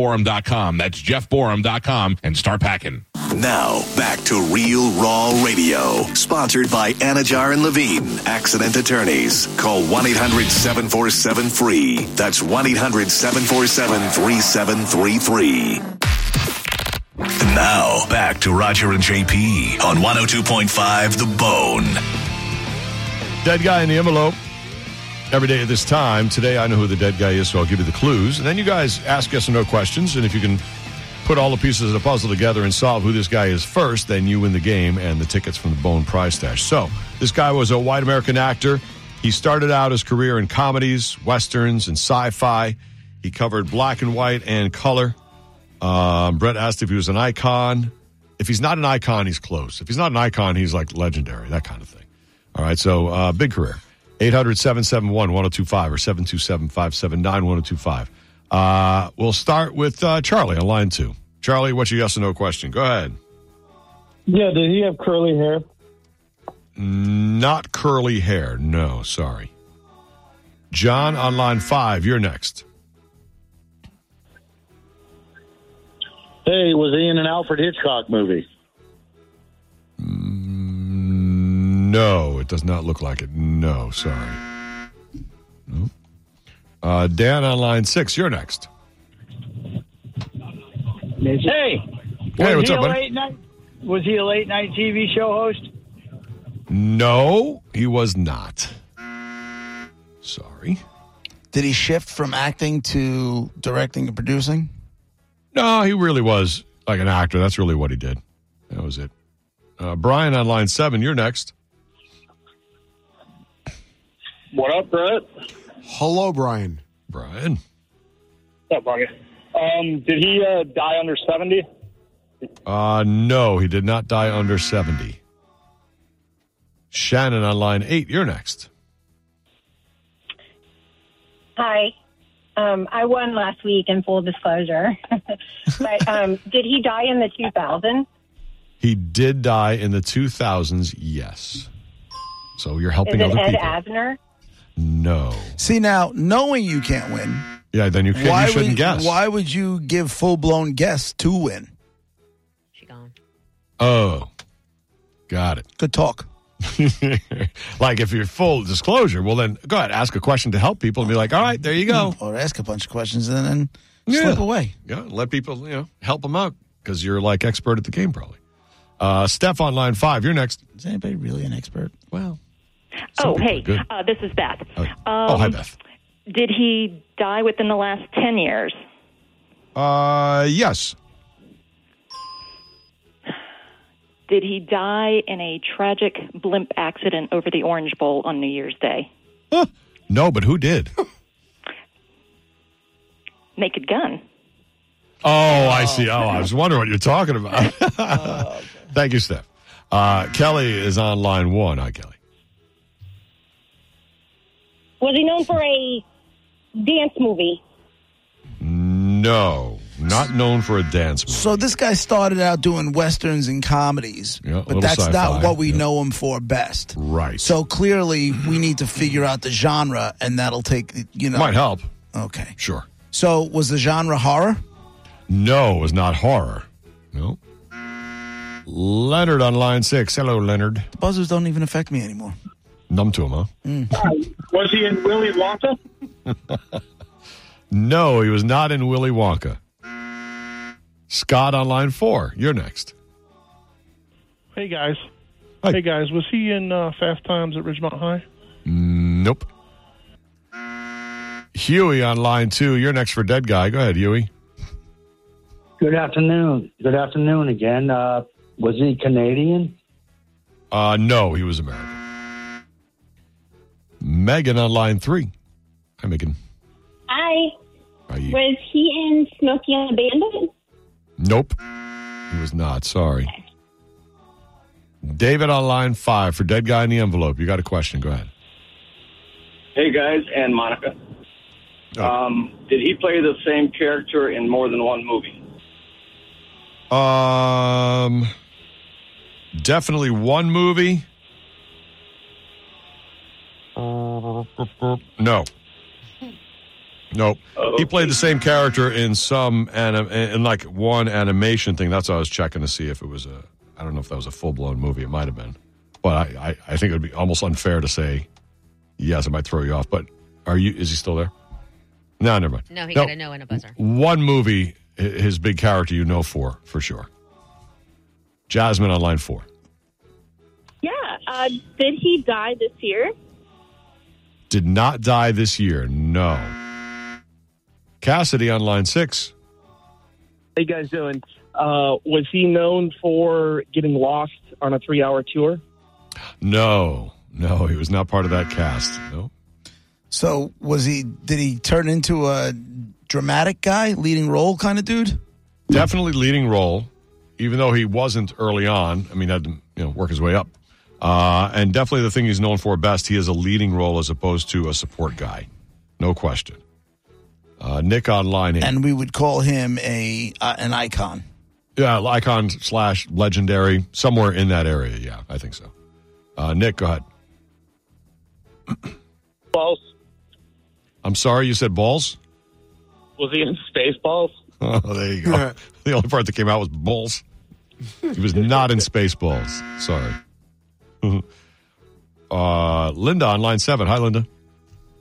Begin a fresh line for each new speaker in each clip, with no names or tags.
jeffborum.com. That's jeffborum.com and start packing.
Now, back to Real Raw Radio, sponsored by Anajar and Levine, accident attorneys. Call 1 800 747 FREE. That's 1 800 747 3733. Now, back to Roger and JP on 102.5 The Bone.
Dead guy in the envelope. Every day at this time. Today I know who the dead guy is, so I'll give you the clues. And then you guys ask yes or no questions. And if you can put all the pieces of the puzzle together and solve who this guy is first, then you win the game and the tickets from the Bone Prize Stash. So this guy was a white American actor. He started out his career in comedies, westerns, and sci fi. He covered black and white and color. Um, Brett asked if he was an icon. If he's not an icon, he's close. If he's not an icon, he's like legendary, that kind of thing. All right, so uh, big career. 800 771 1025 or 727 579 1025. Uh, we'll start with uh, Charlie on line two. Charlie, what's your yes or no question? Go ahead.
Yeah, did he have curly hair?
Not curly hair. No, sorry. John on line five. You're next.
Hey, was he in an Alfred Hitchcock movie?
No, it does not look like it. No, sorry. No. Uh, Dan on line six. You're next.
Hey,
Hey,
was
what's
he
up,
a
buddy?
late night? Was he a late night TV show host?
No, he was not. Sorry.
Did he shift from acting to directing and producing?
No, he really was like an actor. That's really what he did. That was it. Uh, Brian on line seven, you're next.
What up, Brett?
Hello, Brian.
Brian.
What's up, Buggy? Um, did he uh, die under 70?
Uh, no, he did not die under 70. Shannon on line eight, you're next.
Hi. Um, I won last week in full disclosure. but um, did he die in the 2000s?
He did die in the 2000s, yes. So you're
Is
helping
it
other
Ed
people.
Asner?
No.
See now, knowing you can't win,
Yeah, then you, can,
why
you shouldn't
would
guess.
why would you give full blown guess to win?
She gone.
Oh, got it.
Good talk.
like if you're full disclosure, well, then go ahead, ask a question to help people and be like, all right, there you go.
Or ask a bunch of questions and then
Yeah.
slip away.
Yeah, let people, you know, help them out because you're like expert at the game, probably. Uh, Steph on line five, you're next.
Is anybody really an expert?
Well, some
Oh,
people
hey,
are good.
uh, this is Beth.
Oh,
Um,
oh, hi, Beth.
Did he die within the last 10 years?
Uh, yes.
Did he die in a tragic blimp accident over the Orange Bowl on New Year's Day?
Huh. No, but who did? Oh,
Naked Gun.
I see. Oh, I was wondering what you're talking about. Thank you, Steph. Uh, Kelly is on line one. Hi, Kelly.
Was he known for a dance movie?
No, not known for a dance move.
So this guy started out doing westerns and comedies,
Yeah, a little
but that's
sci-fi,
not what we
yeah.
know him for best.
Right.
So clearly, we need to figure out the genre, and that'll take you know.
Might help.
Okay.
Sure.
So was the genre horror?
No, it was not horror. No. Leonard on line six. Hello, Leonard.
The buzzers don't even affect me anymore.
Numb to him, huh?
Was he in Willy Wonka?
No, he was not in Willy Wonka. Scott on line four. You're next.
Hey guys.
Hi.
Hey guys, was he in uh, Fast Times at Ridgemont High?
Nope. Huey on line two. You're next for dead guy. Go ahead, Huey.
Good afternoon. Good afternoon again. Uh, was he Canadian?
Uh, no, he was American. Megan on line three. Hi, Megan.
I
Hi, you.
was he in Smokey and the Bandit?
Nope. He was not. Sorry. David on line five for dead guy in the envelope. You got a question. Go ahead.
Hey guys, and Monica. Um, did he play the same character in more than one movie?
Um, definitely one movie. No, Nope. He played the same character in some anim- in like one animation thing. That's what I was checking to see if it was a. I don't know if that was a full blown movie. It might have been, but I, I I think it would be almost unfair to say yes. It might throw you off. But are you? Is he still there? No, never mind.
No, he
No.
got a no and a buzzer.
One movie, hi- his big character, you know for for sure. Jasmine on line four.
Yeah. Uh, did he die this year?
Did not die this year. No. Cassidy on line six.
How you guys doing? Uh, was he known for getting lost on a three-hour tour?
No, no, he was not part of that cast. No.
So was he? Did he turn into a dramatic guy, leading role kind of dude?
Definitely leading role, even though he wasn't early on. I mean, had to you know work his way up, uh, and definitely the thing he's known for best. He is a leading role as opposed to a support guy, no question. Uh, Nick on line eight.
And we would call him a uh, an icon.
yeah, icon slash legendary, somewhere in that area. Yeah, I think so. Uh, Nick, go ahead.
Balls.
I'm sorry, you said balls.
Was he in Spaceballs?
Oh, there you go. the only part that came out was balls. He was not in Spaceballs. Sorry. uh, Linda on line seven. Hi, Linda.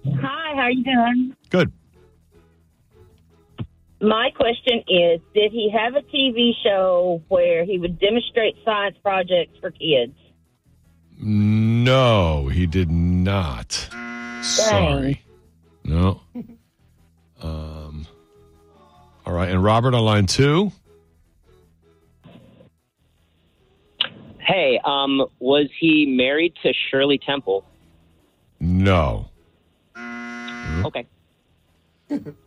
Hi, how are you doing?
Good.
My question is Did he have a TV show where he would demonstrate science projects for kids?
No, he did not. Sorry. No. Um. All right, and Robert on line two.
Hey, um, was he married to Shirley Temple?
No.
Okay.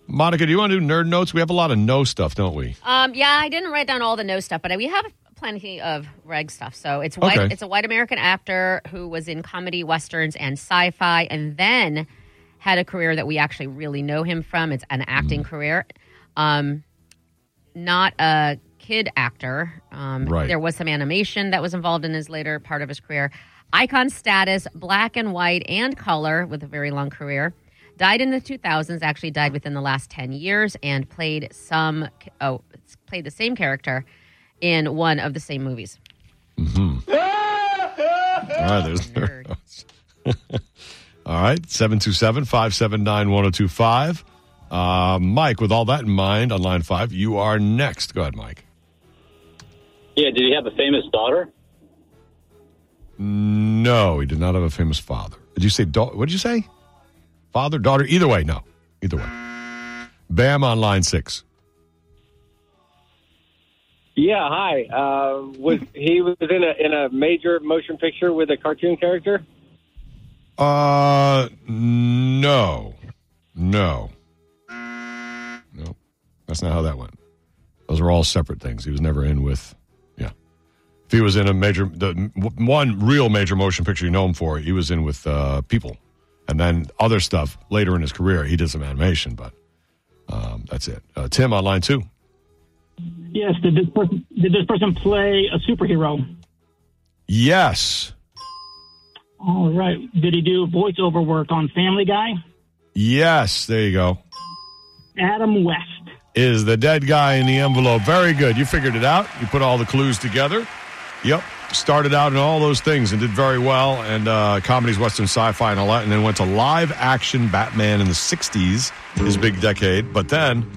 Monica, do you want to do nerd notes? We have a lot of no stuff, don't we?
Um, yeah, I didn't write down all the no stuff, but we have plenty of reg stuff. So it's white.
Okay.
It's a white American actor who was in comedy, westerns, and sci-fi, and then had a career that we actually really know him from. It's an acting career. Um, not a kid actor. Um,
Right.
There was some animation that was involved in his later part of his career. Icon status, black and white and color, with a very long career. Died in the 2000s. Actually, died within the last 10 years, and played some. Oh, played the same character in one of the same movies.
All right, there's nerd notes. all right, 727 579 1025. Uh, Mike, with all that in mind, on line five, you are next. Go ahead, Mike.
Yeah, did he have a famous daughter?
No, he did not have a famous father. Did you say, da- what did you say? Father, daughter? Either way, no. Either way. Bam on line six.
Yeah, hi. Uh, was he was in a in a major motion picture with a cartoon character?
Uh, no, no, no. That's not how that went. Those are all separate things. He was never in with. Yeah, if he was in a major, the w- one real major motion picture you know him for, he was in with uh, people, and then other stuff later in his career. He did some animation, but um, that's it. Uh, Tim on line two.
Yes. Did this person did this person play a superhero?
Yes,
All right. Did he do voiceover work on Family Guy?
yes. There you go.
Adam West.
is the dead guy in the envelope. Very good. You figured it out. You put all the clues together. Yep. Started out in all those things and did very well. And uh, comedies, Western sci fi, and all that. And then went to live action Batman in the 60s, his big decade. But then.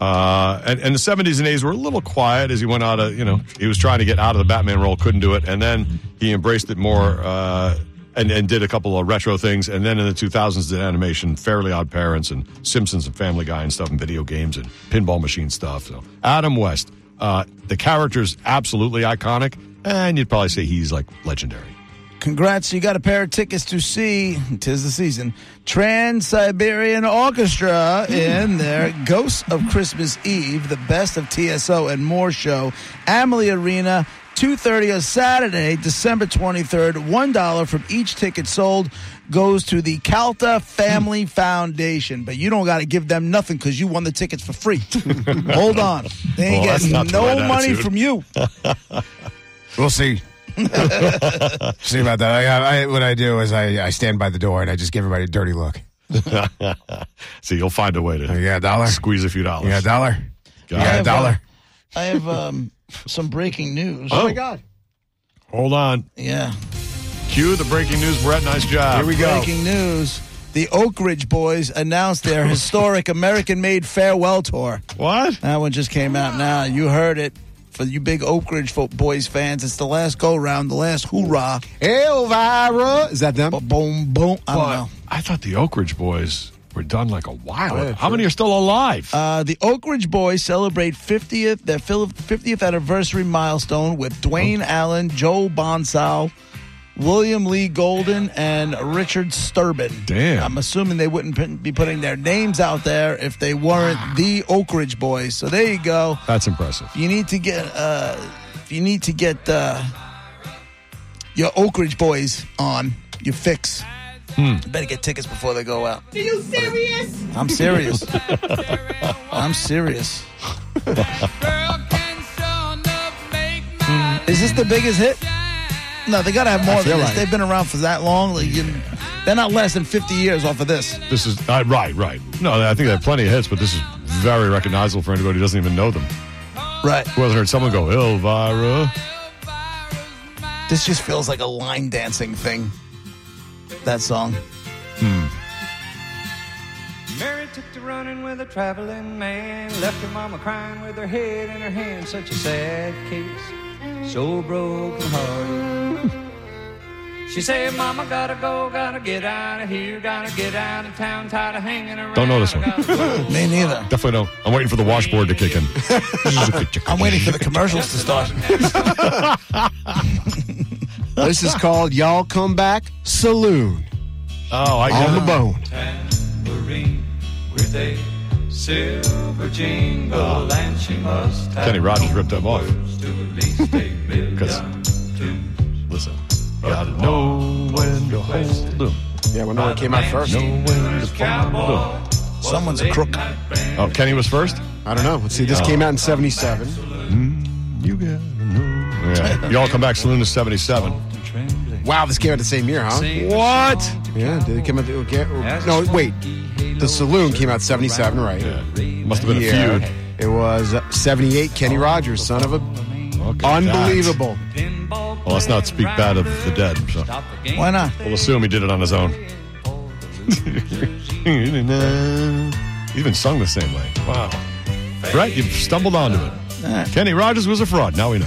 Uh, and, and the 70s and 80s were a little quiet as he went out of, you know, he was trying to get out of the Batman role, couldn't do it. And then he embraced it more uh, and, and did a couple of retro things. And then in the 2000s, did animation, Fairly Odd Parents, and Simpsons and Family Guy and stuff, and video games and pinball machine stuff. So Adam West, uh, the character's absolutely iconic. And you'd probably say he's like legendary.
Congrats, you got a pair of tickets to see, tis the season, Trans Siberian Orchestra in their Ghosts of Christmas Eve, the best of TSO and more show, Amalie Arena. 2.30 on Saturday, December 23rd. $1 from each ticket sold goes to the Calta Family Foundation. But you don't got to give them nothing because you won the tickets for free. Hold on. They
Well,
ain't
that's
getting
not the
no
right
money
attitude.
from you.
We'll see. see about that. I, I, what I do is I, I stand by the door and I just give everybody a dirty look.
See, you'll find a way to yeah, dollar. squeeze a few dollars.
Yeah, dollar.
Got
Yeah,
it.
dollar.
I have um, some breaking news.
Oh. Oh, my God. Hold on.
Yeah.
Cue the breaking news, Brett. Nice job.
Breaking news. The Oak Ridge Boys announced their historic American Made farewell tour.
What?
That one just came out now. You heard it. For you big Oak Ridge fo- Boys fans, it's the last go round, the last hoorah.
Elvira. Is that them?
Boom, boom. I don't
But
know.
I thought the Oak Ridge boys were done like a while
Oh, Yeah,
ago. How many are still alive?
Uh, the Oak Ridge Boys celebrate 50th their fil- 50th anniversary milestone with Dwayne Allen, Joe Bonsall, William Lee Golden, and Richard Sturbin.
Damn.
I'm assuming they wouldn't put, be putting their names out there if they weren't the Oak Ridge Boys. So there you go.
That's impressive.
If you need to get, uh, if you need to get uh, your Oak Ridge Boys on your fix.
Hmm.
Better get tickets before they go out.
Are you serious?
I'm serious. I'm serious. Hmm. Is this the biggest hit? No, they gotta have more
I
than
feel
this.
like-
They've been around for that long. Like, you- they're not less than 50 years off of this.
This is uh, right, right. No, I think they have plenty of hits, but this is very recognizable for anybody who doesn't even know them.
Right.
Who hasn't heard someone go Elvira?
This just feels like a line dancing thing. That song.
Hmm.
Mary took to running with a traveling man. Left her mama crying with her head in her hand. Such a sad case, so broken hearted. She said, Mama, gotta go, gotta get out of here, gotta get out of town, tired of hanging around.
Don't know this one.
Me neither.
Definitely don't. I'm waiting for the washboard to kick in.
I'm waiting for the commercials to start.
This is called Y'all Come Back Saloon.
Oh, I
On the bone.
Tambourine with a silver jingle, and she must have
Kenny Rogers ripped them off.
to at least a
Because,
million.
listen, gotta know when to hold them.
Yeah, when no one came out first.
Know when to fold them.
Someone's a crook.
Oh, Kenny was first?
I don't know. Let's see. This
Oh.
came out in 77.
You got Yeah. Y'all come back saloon is 77.
Wow, this came out the same year, huh?
What?
Yeah, did it come out? The, okay, or- no, wait. The Saloon came out 77, right?
Must have been a
Yeah.
feud.
It was uh, 78, Kenny Rogers, son of a.
Look at
Unbelievable.
that. Well, let's not speak bad of the dead. So.
Why not?
We'll assume he did it on his own. he even sung the same way. Wow. Brett, you've stumbled onto it. Kenny Rogers was a fraud. Now we know.